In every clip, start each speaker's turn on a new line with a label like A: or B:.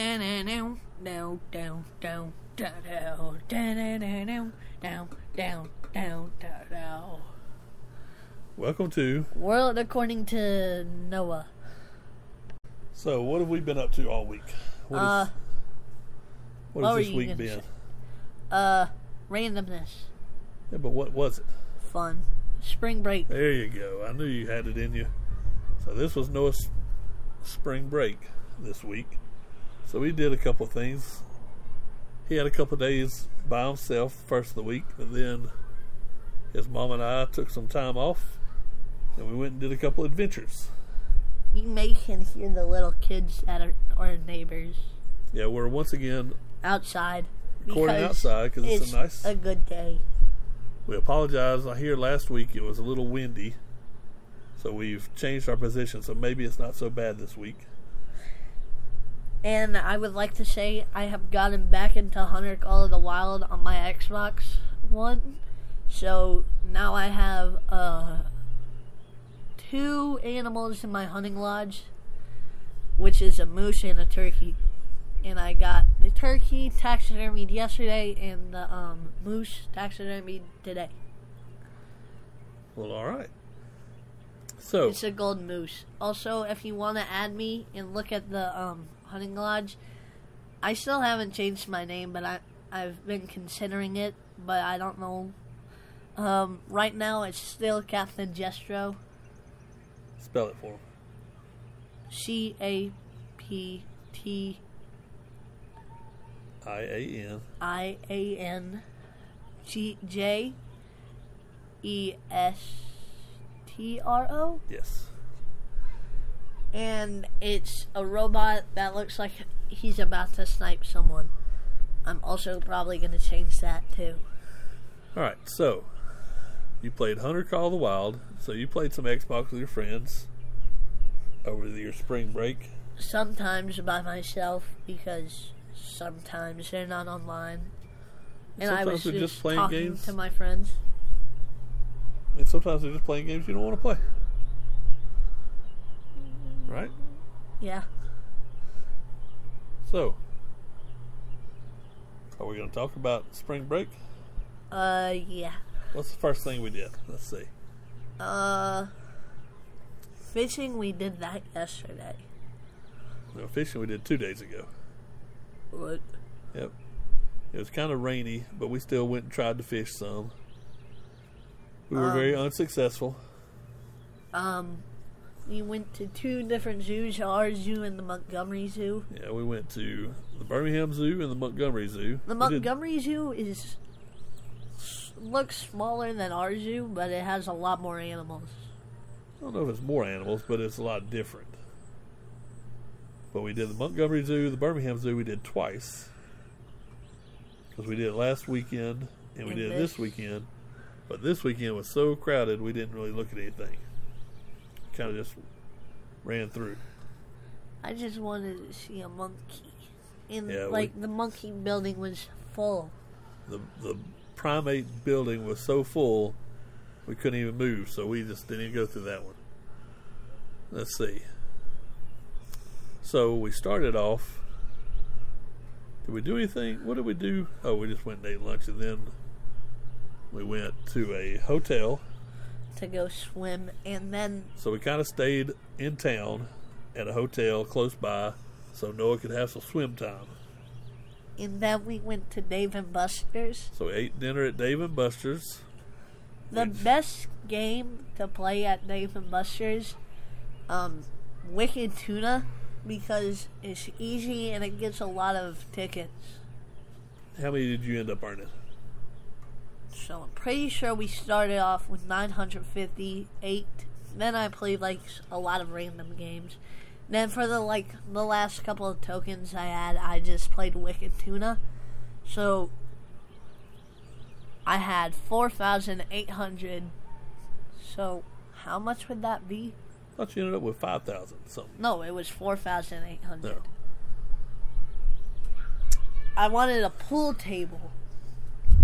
A: down, down, down, down, down, down, down, down, down, down.
B: Welcome to.
A: World according to Noah.
B: So, what have we been up to all week? What, is,
A: Uh,
B: what
A: what
B: has
A: were
B: this
A: you
B: week
A: gonna
B: been?
A: say? Uh, randomness,
B: Yeah, but what was it?
A: fun, spring break.
B: There you go. I knew you had it in you. So this was Noah's spring break this week. So he did a couple of things. He had a couple of days by himself first of the week, and then his mom and I took some time off, and we went and did a couple of adventures.
A: You may can hear the little kids at our, our neighbors
B: Yeah, we're once again
A: outside.
B: Recording
A: because
B: outside 'cause it's a nice-
A: a good day.
B: We apologize. I hear last week it was a little windy, so we've changed our position. So maybe it's not so bad this week.
A: And I would like to say I have gotten back into Hunter Call of the Wild on my Xbox One. So now I have uh, two animals in my hunting lodge, which is a moose and a turkey. And I got the turkey taxidermied yesterday and the um, moose taxidermied today.
B: Well, all right. So
A: It's a gold moose. Also, if you want to add me and look at the um, hunting lodge, I still haven't changed my name, but I I've been considering it, but I don't know. Um, right now, it's still Captain Jestro.
B: spell it for him.
A: C A P T
B: I A N.
A: I A N G J E S T R O.
B: Yes.
A: and it's a robot that looks like he's about to snipe someone. I'm also probably going to change that too.
B: All right. So you played Hunter Call of the Wild. So you played some Xbox with your friends over your spring break.
A: Sometimes by myself because sometimes they're not online. And I was
B: Sometimes they're
A: just,
B: just playing
A: talking
B: games.
A: to my friends.
B: And sometimes they're just playing games you don't want to play. Right?
A: Yeah.
B: So, are we going to talk about spring break?
A: Uh, yeah.
B: What's the first thing we did? Let's see.
A: Uh, fishing, we did that yesterday.
B: No, fishing we did two days ago.
A: What?
B: Yep. It was kind of rainy, but we still went and tried to fish some. We were very unsuccessful.
A: Um, we went to two different zoos our zoo and the Montgomery Zoo.
B: Yeah, we went to the Birmingham Zoo and the Montgomery Zoo.
A: The
B: We did-
A: Montgomery Zoo is s- looks smaller than our zoo, but it has a lot more animals.
B: I don't know if it's more animals, but it's a lot different. But we did the Montgomery Zoo, the Birmingham Zoo, we did twice. Because we did it last weekend and we
A: And
B: did it this
A: this.
B: weekend. But this weekend was so crowded, we didn't really look at anything. Kind of just ran through.
A: I just wanted to see a monkey, and
B: Yeah, we-
A: like the monkey building was full.
B: The, the primate building was so full, we couldn't even move, so we just didn't even go through that one. Let's see. So we started off. Did we do anything? What did we do? Oh, we just went and ate lunch, and then we went to a hotel.
A: To go swim, and then
B: So we kind of stayed in town at a hotel close by, so Noah could have some swim time.
A: and then we went to Dave and Buster's.
B: So we ate dinner at Dave and Buster's.
A: The
B: Which-
A: best game to play at Dave and Buster's, um, Wicked Tuna, because it's easy and it gets a lot of tickets.
B: How many did you end up earning?
A: So I'm pretty sure we started off with 958. Then I played like a lot of random games. Then for the like the last couple of tokens I had, I just played Wicked Tuna. So I had 4,800. So how much would that be?
B: thought you ended up with 5,000 something.
A: No, it was 4,800.
B: No.
A: I wanted a pool table.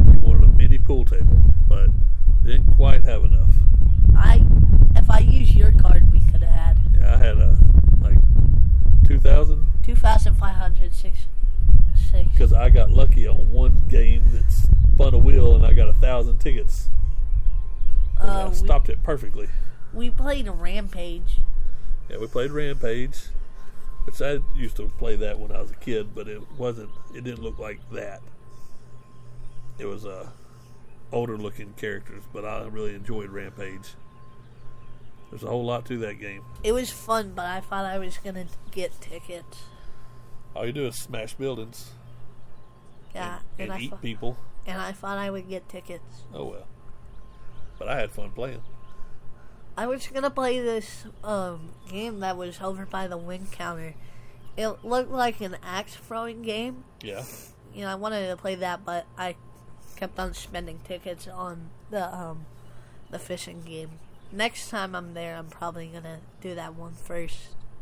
B: You wanted a mini pool table, but didn't quite have enough.
A: I if I used your card, we could have had
B: Yeah, I had a like 2,000
A: 2,506. six.
B: because I got lucky on one game that spun a wheel and I got a thousand tickets. And
A: Uh,
B: I stopped it perfectly.
A: We, we played Rampage.
B: Yeah, we played Rampage, which I used to play that when I was a kid, but it wasn't. It didn't look like that. It was uh, older looking characters, but I really enjoyed Rampage. There's a whole lot to that game.
A: It was fun, but I thought I was going to get tickets.
B: All you do is smash buildings
A: Yeah,
B: and,
A: and, I
B: eat
A: thought,
B: people.
A: and I thought I would get tickets.
B: Oh well. But I had fun playing.
A: I was gonna play this um, game that was over by the wind counter. It looked like an axe throwing game.
B: Yeah.
A: You know, I wanted to play that, but I kept on spending tickets on the um, the fishing game. Next time I'm there, I'm probably gonna do that one first.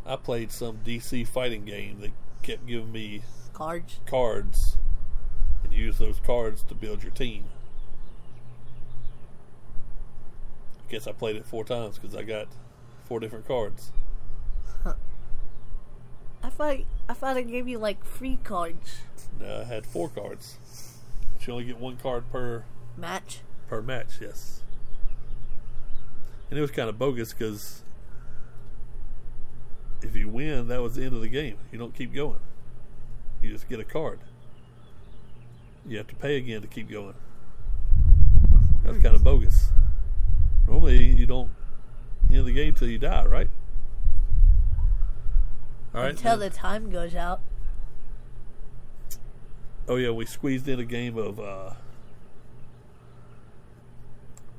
B: I played some DC fighting game that kept giving me
A: Cards.
B: cards and use those cards to build your team. I guess I played it four times because I got four different cards.
A: I thought I thought I gave you like free cards
B: No, I had four cards. But you only get one card per
A: match.
B: per match, yes. And it was kind of bogus because if you win, that was the end of the game. You don't keep going. You just get a card. You have to pay again to keep going. That's kind of bogus. Normally, you don't end the game till you die, right? All right.
A: Until
B: then-
A: the time goes out.
B: Oh yeah, we squeezed in a game of uh,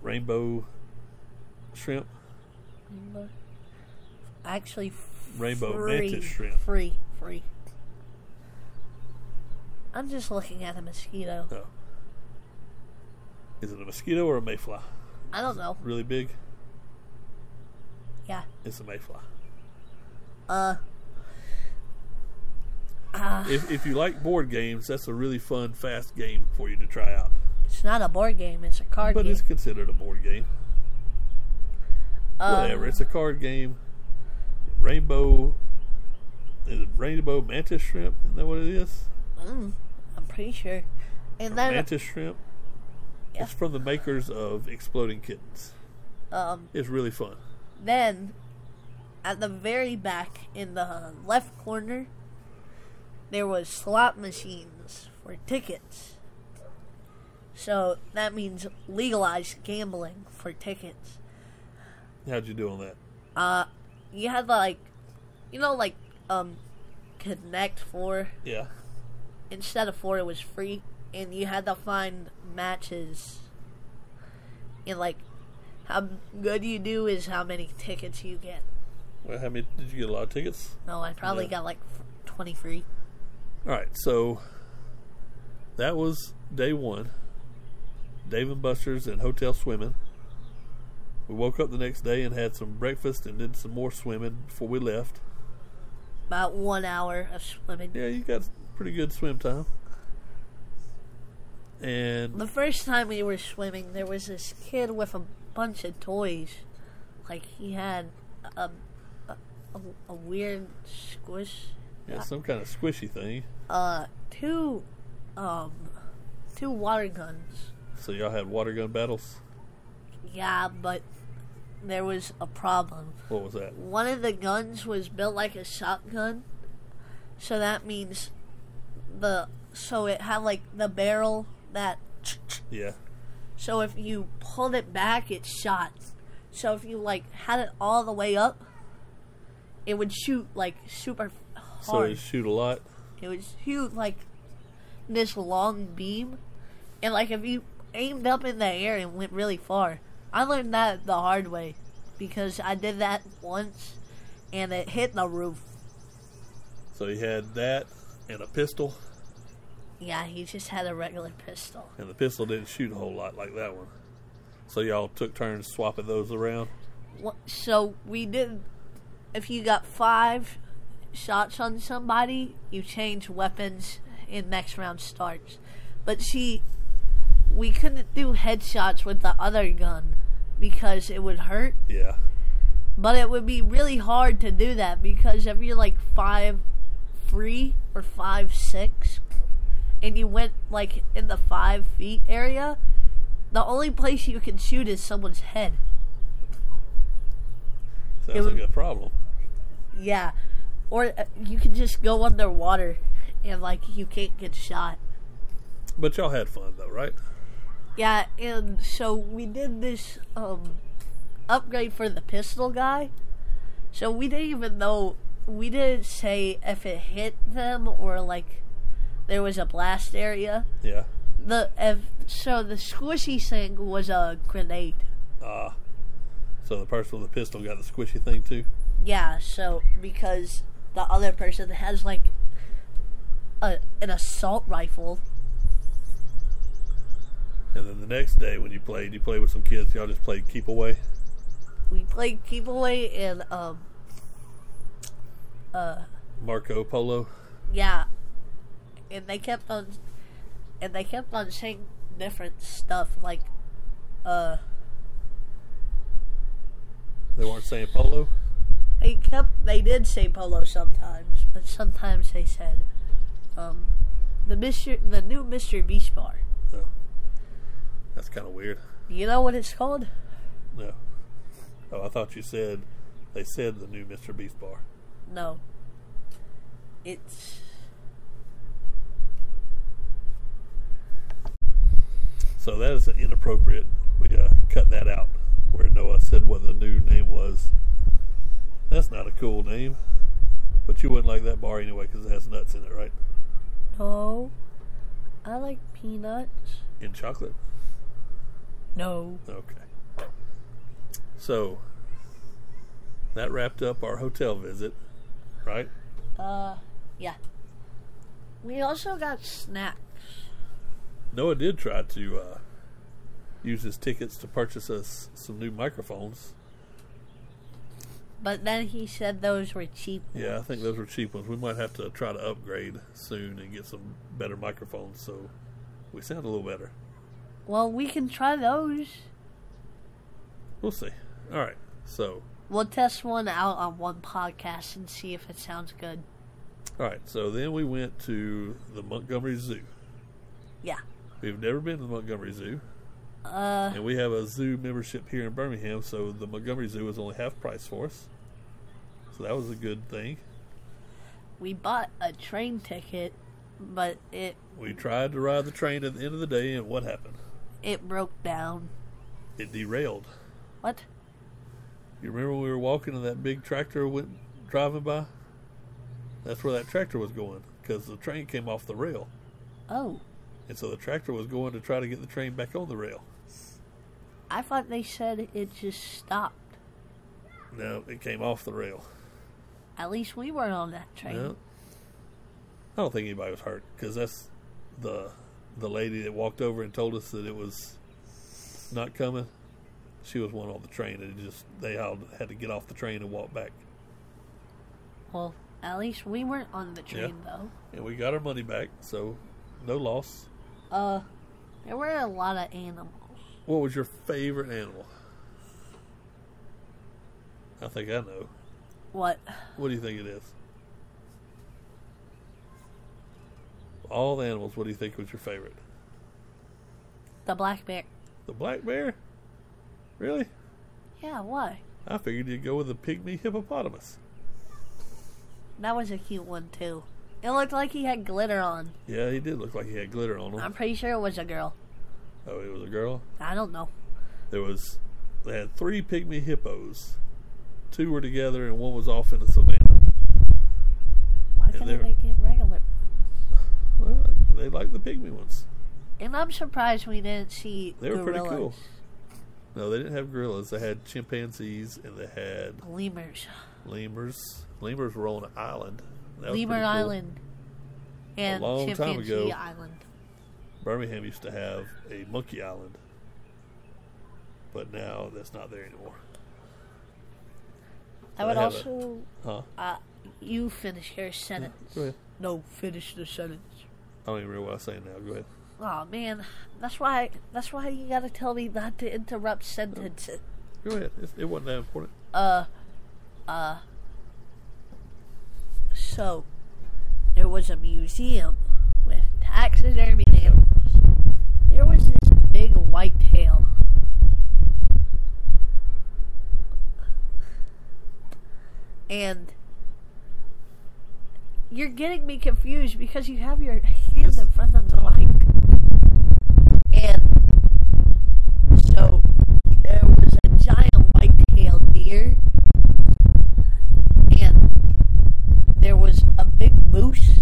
B: rainbow shrimp,
A: Actually, f-
B: rainbow
A: free,
B: mantis shrimp.
A: Free, free. I'm just looking at a mosquito.
B: Oh. Is it a mosquito or a mayfly?
A: I don't know.
B: Really big?
A: Yeah.
B: It's a mayfly.
A: Uh.
B: If, if you like board games, that's a really fun, fast game for you to try out.
A: It's not a board game. It's a card
B: But
A: game.
B: it's considered a board game.
A: Um,
B: Whatever. It's a card game. Rainbow. Is it rainbow mantis shrimp? Isn't that what it is?
A: mm, I'm pretty sure. And then
B: Mantis shrimp?
A: Yeah.
B: It's from the makers of Exploding Kittens.
A: um,
B: It's really fun.
A: then at the very back in the left corner, there was slot machines for tickets. So that means legalized gambling for tickets.
B: How'd you do on that?
A: you had like you know like um connect four
B: Yeah.
A: instead of four it was free and you had to find matches and like how good you do is how many tickets you get
B: Well, how many? Did you get a lot of tickets?
A: no i probably
B: Yeah.
A: got like f- 23
B: All right, so that was day one. Dave and Buster's and hotel swimming. We woke up the next day and had some breakfast and did some more swimming before we left.
A: about one hour of swimming
B: Yeah, you got pretty good swim time. And
A: the first time we were swimming there was this kid with a bunch of toys like he had a, a, a, a weird squish
B: yeah, some kind of squishy thing.
A: uh two um two water guns.
B: So y'all had water gun battles.
A: Yeah, but there was a problem.
B: What was that?
A: One of the guns was built like a shotgun. So that means the so it had like the barrel that
B: Yeah,
A: so if you pulled it back it shot. So if you like had it all the way up it would shoot like super hard.
B: so you shoot a lot.
A: It was huge, like this long beam, and like if you aimed up in the air and went really far. I learned that the hard way because I did that once, and it hit the roof.
B: So you had that and a pistol,
A: Yeah, he just had a regular pistol.
B: and the pistol didn't shoot a whole lot like that one. So y'all took turns swapping those around.
A: Wha- So we did. If you got five shots on somebody, you change weapons, and next round starts. But see, we couldn't do headshots with the other gun because it would hurt.
B: Yeah.
A: But it would be really hard to do that because if you're like five three or five six, and you went like in the five feet area, the only place you can shoot is someone's head.
B: Sounds
A: would-
B: like a problem.
A: Yeah, or uh, you can just go underwater, and like you can't get shot.
B: But y'all had fun though, right?
A: Yeah, and so we did this um upgrade for the pistol guy. So we didn't even know we didn't say if it hit them or like there was a blast area.
B: Yeah.
A: The if, so the squishy thing was a grenade.
B: Uh, so the person with the pistol got the squishy thing too.
A: Yeah, so because the other person has like a, an assault rifle.
B: And then the next day when you played, you played with some kids. Y'all just played keep away.
A: We played keep away and um uh,
B: Marco Polo.
A: Yeah. And they kept on and they kept on saying different stuff like uh
B: They weren't saying polo.
A: they kept they did say polo sometimes, but sometimes they said um the Mr. the new Mr. Beast bar.
B: No. That's kind of weird.
A: You know what it's called?
B: No. Oh, I thought you said they said the new Mr. Beast bar.
A: No. It's
B: So that is inappropriate. We uh, cut that out where Noah said what the new name was. That's not a cool name. But you wouldn't like that bar anyway because it has nuts in it, right?
A: no. I like peanuts.
B: In chocolate.
A: No.
B: Okay. So that wrapped up our hotel visit, right?
A: Uh yeah. We also got snacks.
B: Noah did try to uh, use his tickets to purchase us some new microphones.
A: But then he said those were cheap.
B: Yeah, I think those were cheap ones. We might have to try to upgrade soon and get some better microphones so we sound a little better.
A: Well, we can try those.
B: We'll see. All right. So,
A: We'll test one out on one podcast and see if it sounds good.
B: all right. So then we went to the Montgomery Zoo.
A: Yeah.
B: We've never been to the Montgomery Zoo,
A: Uh,
B: and we have a zoo membership here in Birmingham, so the Montgomery Zoo was only half price for us. So that was a good thing.
A: we bought a train ticket, but it
B: We tried to ride the train at the end of the day, and what happened?
A: it broke down.
B: It derailed.
A: What?
B: You remember when we were walking and that big tractor went driving by? That's where that tractor was going because the train came off the rail.
A: Oh,
B: And so the tractor was going to try to get the train back on the rail.
A: I thought they said it just stopped.
B: No, it came off the rail.
A: At least we weren't on that train.
B: No. I don't think anybody was hurt because that's the the lady that walked over and told us that it was not coming. She was one on the train and it just they all had to get off the train and walk back.
A: Well, at least we weren't on the train
B: And we got our money back, so no loss.
A: though. Uh, there were a lot of animals.
B: What was your favorite animal? I think I know.
A: What?
B: What do you think it is? All the animals, what do you think was your favorite?
A: The black bear?
B: The black bear? Really?
A: Yeah. Why?
B: I figured you'd go with the pygmy hippopotamus.
A: That was a cute one too. It looked like he had glitter on.
B: Yeah, he did look like he had glitter on him.
A: I'm pretty sure it was a girl.
B: oh, it was a girl.
A: I don't know.
B: There was they had three pygmy hippos. Two were together and one was off in the savannah.
A: Why
B: Yeah,
A: can't
B: they're-
A: they get regular?
B: Well, they like the pygmy ones.
A: And I'm surprised we didn't see
B: They were pretty
A: gorillas,
B: cool. No, they didn't have gorillas. They had chimpanzees and they had
A: lemurs,
B: lemurs. Lemurs were on an island. That was
A: Lemur
B: pretty cool.
A: Island, and
B: long time
A: Chimpanzee
B: ago.
A: Island.
B: Birmingham used to have a monkey island, but now that's not there anymore.
A: I
B: They
A: would
B: have a-
A: also.
B: Huh?
A: uh, you finish your sentence.
B: Go ahead.
A: No, finish the sentence.
B: I don't even remember what I was saying now. Go ahead.
A: Oh man, that's why. That's why you gotta tell me not to interrupt sentences.
B: Go ahead. It, it wasn't that important.
A: So, there was a museum with taxidermy animals. There was this big white tail. And you're getting me confused because you have your hand in front of the mic. And so there was a giant white tailed deer. And there was a big moose.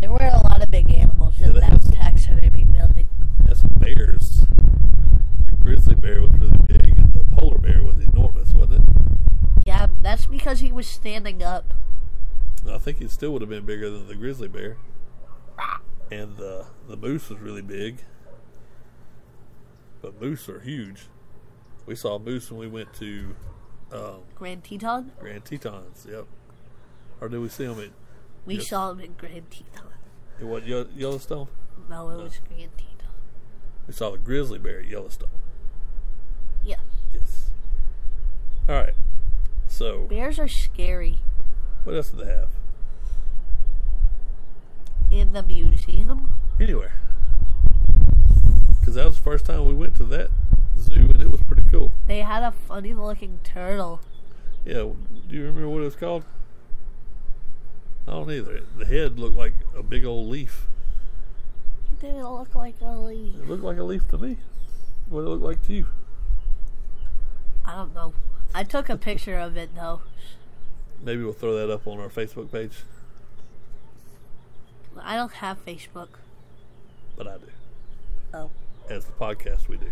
A: There were a lot of big animals in that
B: Yeah, that's-
A: taxidermy building.
B: That's bears. The grizzly bear was really big, and the polar bear was enormous, wasn't it?
A: Yeah, that's because he was standing up.
B: I think it still would have been bigger than the grizzly bear. And the the moose was really big. But moose are huge. We saw moose when we went to um,
A: Grand Teton?
B: Grand Tetons. Yep. Or did we see them at
A: We
B: Yes.
A: saw him in Grand Teton.
B: at what Ye- Yellowstone?
A: No, it was Grand Teton.
B: We saw the grizzly bear at Yellowstone.
A: Yeah.
B: Yes. All right. So
A: Bears are scary
B: what else do they have?
A: in the museum.
B: anywhere. Because that was the first time we went to that zoo, and it was pretty cool.
A: They had a funny looking turtle.
B: Yeah, do you remember what it was called? I don't either. The head looked like a big old leaf.
A: It didn't look like a leaf.
B: It looked like a leaf to me. What did it look like to you?
A: I don't know. I took a picture of it though.
B: Maybe we'll throw that up on our Facebook page,
A: I don't have Facebook.
B: but I do.
A: Oh.
B: As the podcast, we do.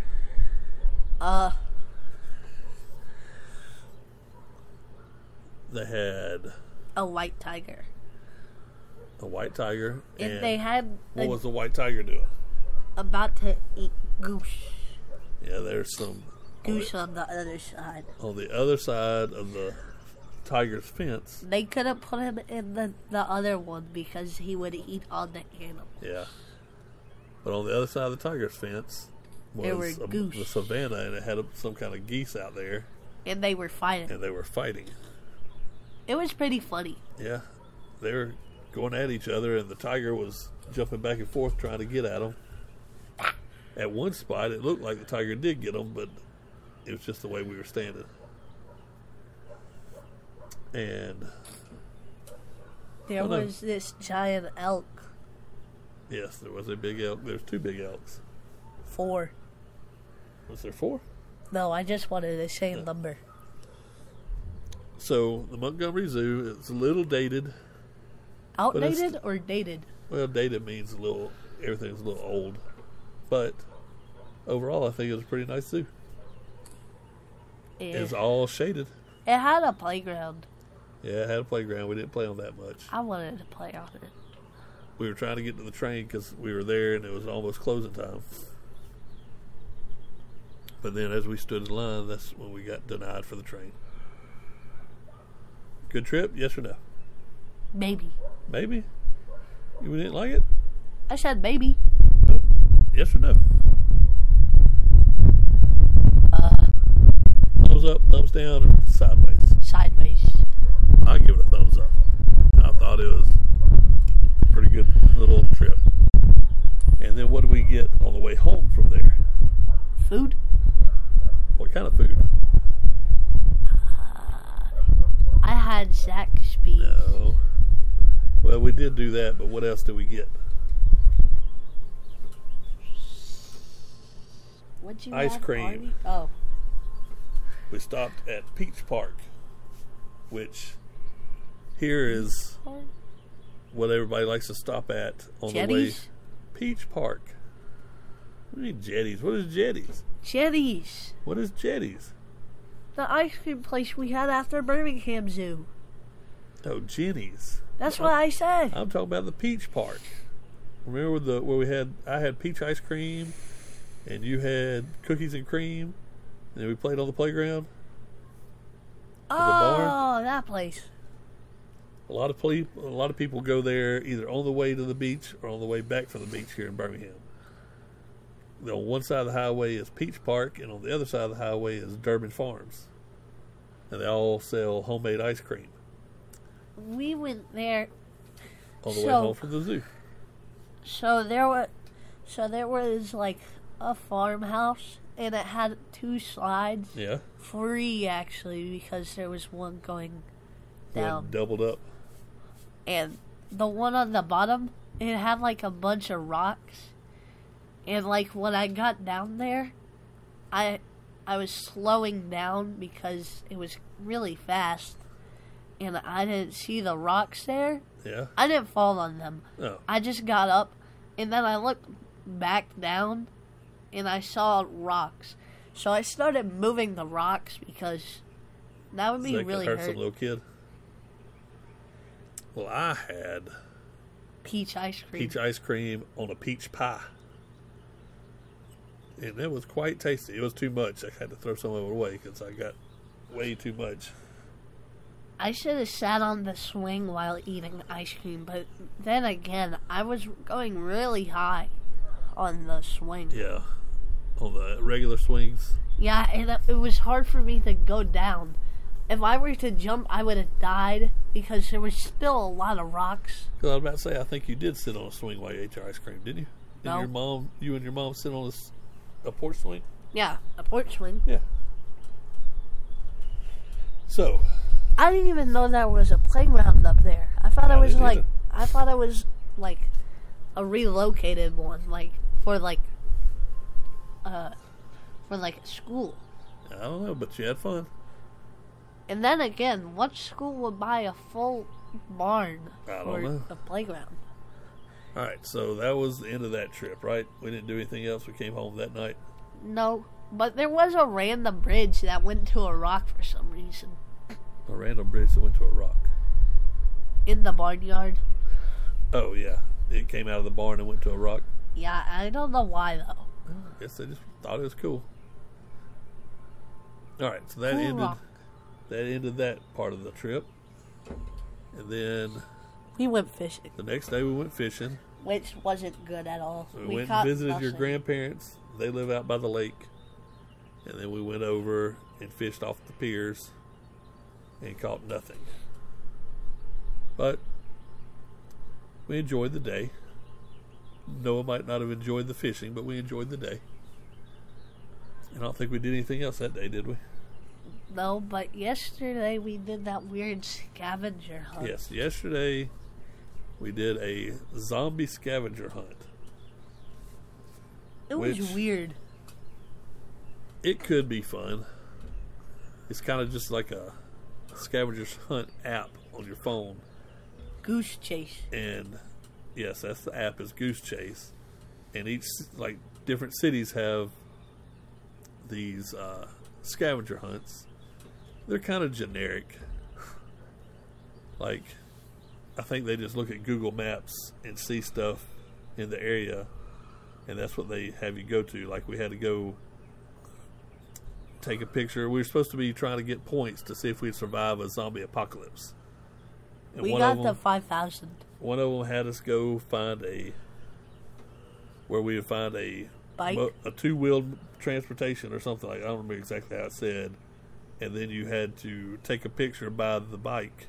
A: Uh,
B: They had
A: a white tiger.
B: a white tiger.
A: And,
B: and
A: they had
B: what
A: a,
B: was the white tiger doing?
A: about to eat goose.
B: Yeah, there's some on the-
A: Goose on the other side.
B: on the other side of the tiger's fence.
A: They couldn't put him in the, the other one because he would eat all the animals.
B: Yeah. But on the other side of the tiger's fence
A: There
B: was
A: were
B: a-
A: goose.
B: the savannah, and it had a, some kind of geese out there,
A: And they were fighting.
B: and they were fighting.
A: It was pretty funny.
B: Yeah, they were going at each other, and the tiger was jumping back and forth trying to get at them. At one spot, it looked like the tiger did get him, but it was just the way we were standing. And
A: There
B: Well, no.
A: was this giant elk.
B: yes, there was a big elk. There's two big elks.
A: Four.
B: Was there four?
A: No, I just wanted the same number.
B: So the Montgomery Zoo is a little dated. it's-
A: Outdated or dated?
B: Well, dated means a little. Everything's a little old, but overall, I think it was a pretty nice zoo.
A: Eh.
B: It's all shaded.
A: It had a playground.
B: Yeah, it had a playground. We didn't play on that much.
A: I wanted to play on it.
B: We were trying to get to the train because we were there, and it was almost closing time. But then, as we stood in line, that's when we got denied for the train. Good trip? Yes or no?
A: Maybe.
B: Maybe. You didn't like it?
A: I said maybe.
B: Nope. Yes or no?
A: Uh,
B: Thumbs up, thumbs down, or sideways?
A: sideways.
B: I give it a thumbs up. I thought it was a pretty good little trip. And then what do we get on the way home from there?
A: Food?
B: What kind of food?
A: I had Zaxby's.
B: No. Well, we did do that, but what else did we get?
A: What'd you
B: Ice
A: have,
B: cream.
A: Arnie? Oh,
B: We stopped at Peach Park, which here is what everybody likes to stop at on
A: Jetties.
B: the way. Peach Park. What do you mean jetties? What is jetties?
A: Jetties.
B: What is jetties?
A: The ice cream place we had after Birmingham Zoo.
B: Oh, jennies.
A: That's what I said.
B: I'm talking about the Peach Park. Remember the where we had I had peach ice cream, and you had cookies and cream, and we played on the playground. bar?
A: oh, that place.
B: A lot of ple- a lot of people go there either on the way to the beach or on the way back from the beach here in Birmingham. On one side of the highway is Peach Park, and on the other side of the highway is Durbin Farms, and they all sell homemade ice cream.
A: We went there
B: on the way
A: So-
B: home from the zoo.
A: So there was, so there was like a farmhouse, and it had two slides,
B: Yeah.
A: three actually, because there was one going
B: Went
A: down,
B: doubled up.
A: and the one on the bottom, it had like a bunch of rocks, and like when I got down there, I, I was slowing down because it was really fast, and I didn't see the rocks there.
B: Yeah.
A: I didn't fall on them.
B: No.
A: I just got up and then I looked back down and I saw rocks. So I started moving the rocks because that would
B: Does
A: be
B: that
A: really
B: hurt
A: hurt.
B: some little kid? Well, I had
A: Peach ice cream.
B: peach ice cream on a peach pie. And it was quite tasty. It was too much. I had to throw some of it away because I got way too much.
A: I should have sat on the swing while eating ice cream, but then again, I was going really high on the swing.
B: Yeah. On the regular swings.
A: Yeah, and it- it was hard for me to go down. If I were to jump, I would have died because there was still a lot of rocks.
B: Because I was about to say, I think you did sit on a swing while you ate your ice cream, didn't you? Did
A: No.
B: your mom, you and your mom sit on a, s- a porch swing?
A: Yeah, a porch swing.
B: Yeah. So,
A: I didn't even know there was a playground up there. I thought
B: I
A: it was
B: didn't
A: like
B: either.
A: I thought it was like a relocated one, like for like uh for like school.
B: I don't know, but you had fun.
A: And then again, what school would buy a full barn
B: I don't
A: for
B: know.
A: a playground?
B: All right, so that was the end of that trip, right? We didn't do anything else. We came home that night.
A: No, but there was a random bridge that went to a rock for some reason
B: A random bridge that went to a rock.
A: in the barnyard.
B: Oh, yeah. It came out of the barn and went to a rock.
A: Yeah, I don't know why though.
B: I guess they just thought it was cool. All right, so that
A: Cool
B: ended
A: rock.
B: that ended that part of the trip. And then
A: We went fishing,
B: the next day we went fishing.
A: which wasn't good at all.
B: We, went and
A: caught
B: visited your
A: nothing.
B: grandparents. They live out by the lake. And then we went over and fished off the piers and caught nothing. But we enjoyed the day. Noah might not have enjoyed the fishing, but we enjoyed the day. And I don't think we did anything else that day, did we?
A: No, but yesterday we did that weird scavenger hunt.
B: Yes, yesterday we did a zombie scavenger hunt.
A: it was
B: which-
A: weird.
B: it could be fun. It's kind of just like a scavenger's hunt app on your phone,
A: Goose chase.
B: and yes, that's the app is Goose Chase, and each like different cities have these uh, scavenger hunts. They're kind of generic. Like, I think they just look at Google Maps and see stuff in the area, and that's what they have you go to. Like, we had to go take a picture. We were supposed to be trying to get points to see if we'd survive a zombie apocalypse. And
A: We
B: one of
A: got the
B: them-
A: five thousand.
B: one of them had us go find a where we would find a
A: Bike?
B: a two wheeled transportation or something like I don't remember exactly how it said, and then you had to take a picture by the bike.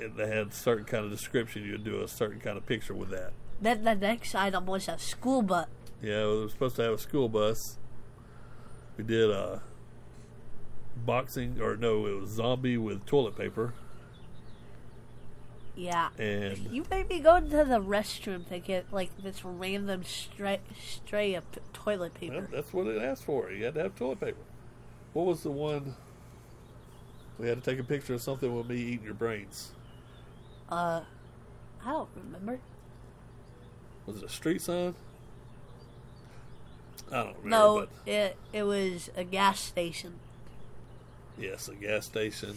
B: And they had certain kind of description. You'd do a certain kind of picture with that.
A: Then the next item was a school bus.
B: Yeah, we were supposed to have a school bus. We did a boxing, or no, it was zombie with toilet paper.
A: Yeah.
B: And
A: You made me go into the restroom to get like this random stray stray of p- toilet
B: Well,
A: paper.
B: that's what it asked for. You had to have toilet paper. What was the one? We had to take a picture of something with me eating your brains.
A: Uh, I don't remember.
B: Was it a street sign? I don't remember.
A: No,
B: But
A: it it was a gas station.
B: yes, a gas station.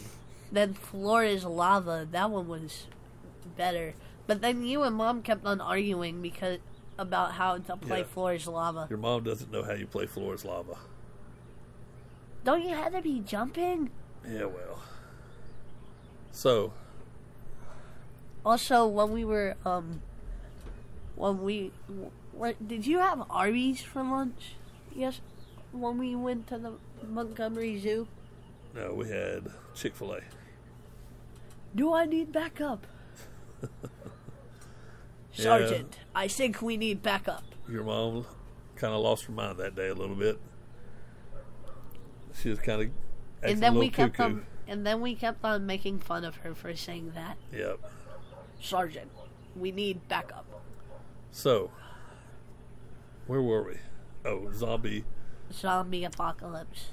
A: Then floor is lava. That one was better. But then you and mom kept on arguing because about how to play
B: Yeah.
A: floor is lava.
B: Your mom doesn't know how you play floor is lava.
A: Don't you have to be jumping?
B: Yeah, well. So,
A: Also, when we were um, when we were, did you have Arby's for lunch? Yes, when we went to the Montgomery Zoo.
B: no, we had Chick fil A.
A: Do I need backup? Sergeant, I think we need backup.
B: Your mom kind of lost her mind that day a little bit. She was kind of acting
A: and then
B: a little
A: we kept
B: cuckoo.
A: on and then we kept on making fun of her for saying that.
B: Yep.
A: Sergeant, we need backup.
B: So, where were we? Oh, zombie.
A: Zombie apocalypse.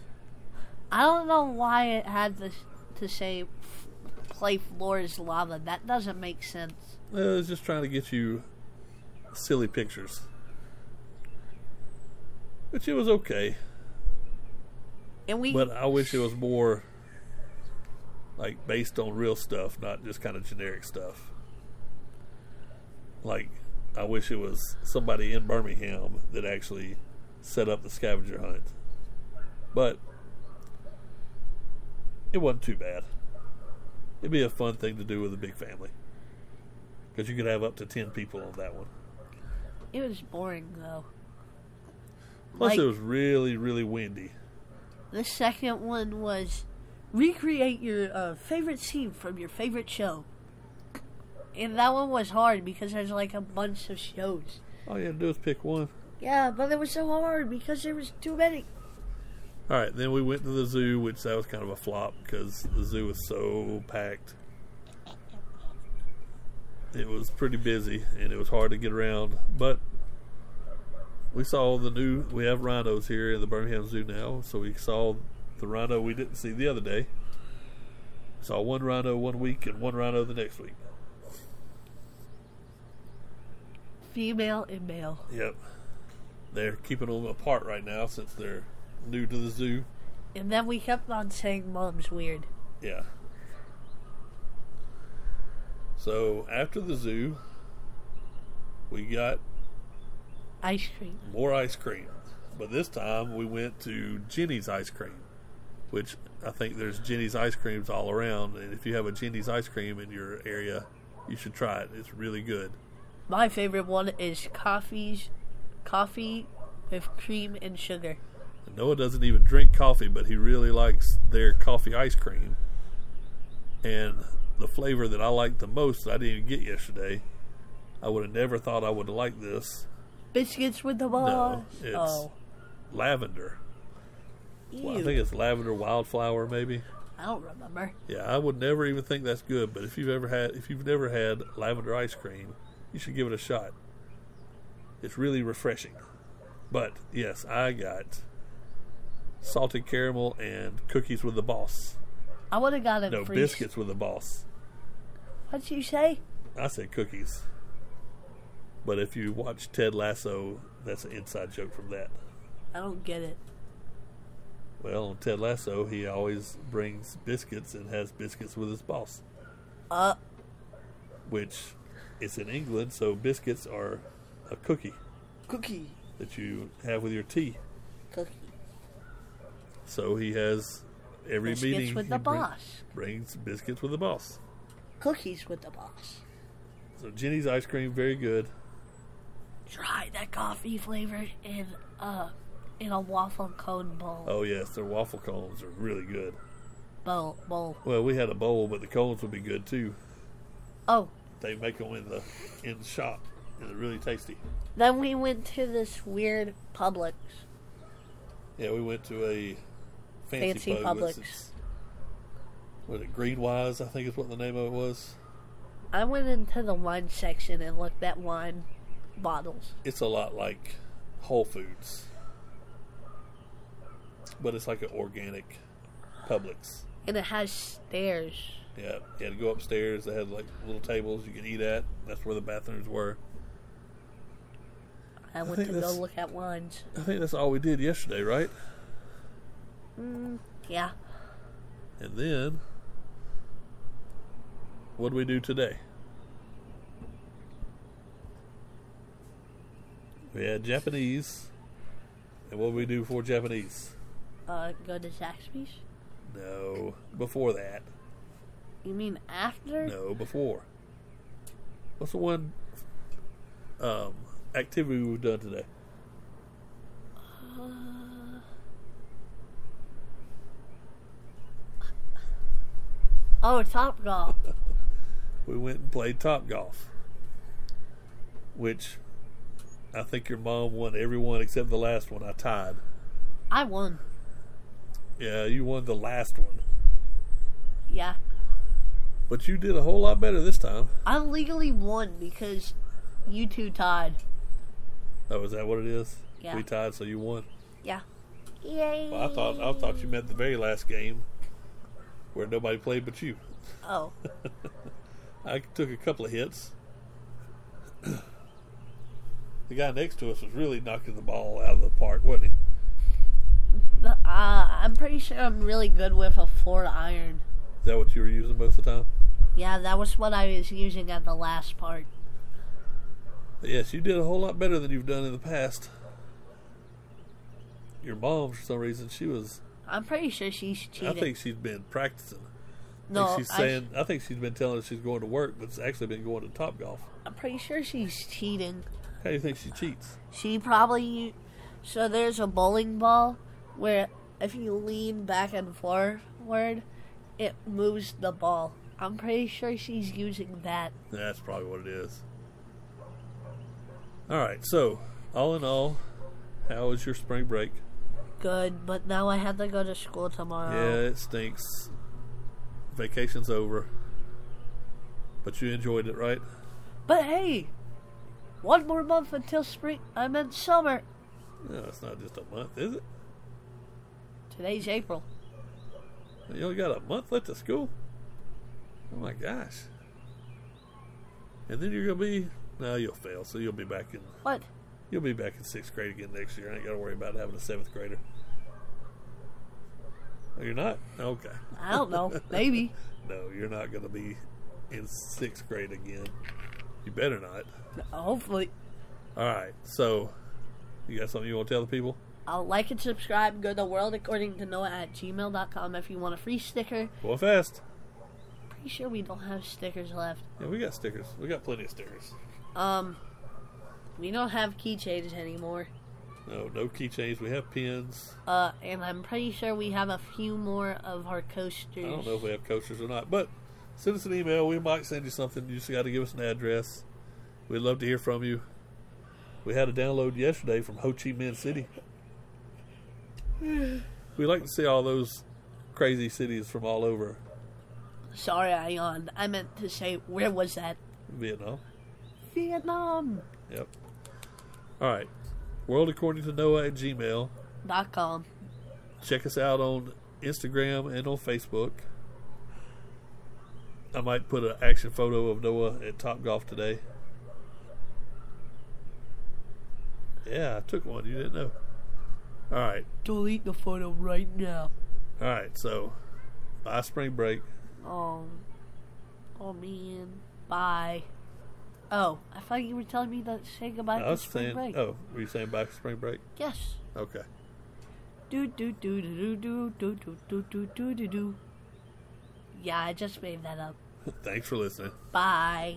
A: I don't know why it had to, to say f- play floor is lava. That doesn't make sense.
B: Uh, I was just trying to get you silly pictures. Which it was okay,
A: And we
B: but I wish it was more like based on real stuff, not just kind of generic stuff. Like, I wish it was somebody in Birmingham that actually set up the scavenger hunt. But it wasn't too bad. It'd be a fun thing to do with a big family. Because you could have up to 10 people on that one.
A: it was boring though.
B: Plus,
A: Like-
B: it was really, really windy.
A: The second one was recreate your uh, favorite scene from your favorite show. And that one was hard because there's like a bunch of shows.
B: All you had to do is pick one.
A: Yeah, but it was so hard because there was too many.
B: All right, then we went to the zoo, which that was kind of a flop because the zoo was so packed. It was pretty busy and it was hard to get around, but we saw the new. We have rhinos here in the Birmingham Zoo now, so we saw the rhino we didn't see the other day. Saw one rhino one week and one rhino the next week.
A: Female and male.
B: Yep. They're keeping them apart right now since they're new to the zoo.
A: And then we kept on saying mom's weird.
B: Yeah. So after the zoo, we got
A: Ice cream.
B: more ice cream. But this time we went to Jenny's Ice Cream, which I think there's Jenny's Ice Creams all around. And if you have a Jenny's Ice Cream in your area, you should try it. It's really good.
A: My favorite one is coffees, coffee with cream and sugar.
B: And Noah doesn't even drink coffee, but he really likes their coffee ice cream. And the flavor that I like the most, that I didn't even get yesterday. I would have never thought I would have liked this.
A: Biscuits with the boss.
B: it's-
A: oh,
B: Lavender.
A: ew.
B: Well, I think it's lavender wildflower, maybe.
A: I don't remember.
B: Yeah, I would never even think that's good, but if you've ever had, if you've never had lavender ice cream, you should give it a shot. It's really refreshing. But yes, I got salted caramel and cookies with the boss.
A: I would have got it.
B: No,
A: for
B: biscuits with the boss.
A: What'd you say?
B: I said cookies. But if you watch Ted Lasso, that's an inside joke from that.
A: I don't get it.
B: Well, on Ted Lasso, he always brings biscuits and has biscuits with his boss.
A: Uh.
B: Which it's in England, so biscuits are a cookie
A: Cookie.
B: that you have with your tea.
A: Cookie.
B: So he has every
A: Biscuits
B: meeting
A: with
B: he
A: the
B: bring-
A: boss.
B: brings biscuits with the boss.
A: Cookies with the boss.
B: So Jenny's ice cream very good.
A: Try that coffee flavor in a in a waffle cone bowl.
B: Oh yes, their waffle cones are really good.
A: Bowl bowl.
B: Well, we had a bowl, but the cones would be good too.
A: Oh,
B: They make them in the in the shop, and they're really tasty.
A: then we went to this weird Publix.
B: Yeah, we went to a fancy,
A: Fancy
B: pub.
A: Publix.
B: It's- Was it Greenwise? I think is what the name of it was.
A: I went into the wine section and looked at wine bottles.
B: It's a lot like Whole Foods, but it's like an organic Publix.
A: and it has stairs.
B: Yeah, you had to go upstairs. They had like little tables you could eat at. That's where the bathrooms were.
A: I went
B: think
A: to go
B: that's-
A: look at ones.
B: I think that's all we did yesterday, right?
A: Yeah.
B: And then, what do we do today? We had Japanese. And what did we do before Japanese?
A: Uh, go to Zaxby's.
B: No, before that.
A: You mean after?
B: No, before. What's the one um, activity we've done today?
A: Uh, Oh, Top Golf. oh,
B: We went and played top golf. which I think your mom won every one except the last one. I tied.
A: I won.
B: Yeah, you won the last one.
A: Yeah.
B: But you did a whole lot better this time.
A: I legally won because you two tied.
B: Oh, is that what it is?
A: Yeah.
B: We tied, so you won.
A: Yeah.
C: Yay.
B: Well, I thought I thought you meant the very last game where nobody played but you.
A: Oh.
B: I took a couple of hits. the guy next to us was really knocking the ball out of the park, wasn't he?
A: Uh, I'm pretty sure I'm really good with a four iron.
B: Is that what you were using most of the time?
A: Yeah, that was what I was using at the last part.
B: But yes, you did a whole lot better than you've done in the past. Your mom, for some reason, she was.
A: I'm pretty sure she's cheating.
B: I think she's been practicing. I
A: no,
B: think she's
A: I-
B: saying. I, think she's been telling us she's going to work, but it's actually been going to Top Golf.
A: I'm pretty sure she's cheating.
B: How do you think she cheats?
A: She probably. So there's a bowling ball where if you lean back and forward, it moves the ball. I'm pretty sure she's using that.
B: That's probably what it is. All right. So, all in all, how was your spring break?
A: Good, but now I have to go to school
B: Yeah,
A: tomorrow.
B: it stinks. Vacation's over. But you enjoyed it, right?
A: But hey, one more month until spring. I meant summer.
B: No, it's not just a month, is it?
A: Today's April.
B: You only got a month left of school? Oh my gosh. And then you're gonna be no, you'll fail, so you'll be back in
A: What?
B: you'll be back in sixth grade again next year. I ain't gotta worry about having a seventh grader. Oh, you're not? Okay.
A: I don't know. Maybe.
B: No, you're not gonna be in sixth grade again. You better not.
A: Hopefully.
B: Alright, so you got something you wanna tell the people?
A: Uh, like and subscribe. Go to world according to Noah at gmail.com if you want a free sticker.
B: Go fast.
A: Pretty sure we don't have stickers left.
B: Yeah, we got stickers. We got plenty of stickers.
A: Um, we don't have keychains anymore.
B: No, no keychains. We have pins.
A: Uh, and I'm pretty sure we have a few more of our coasters.
B: I don't know if we have coasters or not, but send us an email. We might send you something. You just got to give us an address. We'd love to hear from you. We had a download yesterday from Ho Chi Minh City. we like to see all those crazy cities from all over
A: Sorry, I yawned. I meant to say, where was that?
B: Vietnam.
A: Vietnam.
B: Yep. All right. World According to Noah at Gmail.
A: Dot com.
B: Check us out on Instagram and on Facebook. I might put an action photo of Noah at Top Golf today. Yeah, I took one. You didn't know. All right.
A: Delete the photo right now.
B: All right. So, bye, spring break.
A: Um. Oh man. Bye. Oh, I thought you were telling me to say goodbye
B: I
A: to
B: was
A: spring
B: saying,
A: break.
B: oh, were you saying bye, spring break?
A: Yes.
B: Okay.
A: Do do do do do do do do do do do do do. Yeah, I just made that up.
B: Thanks for listening.
A: Bye.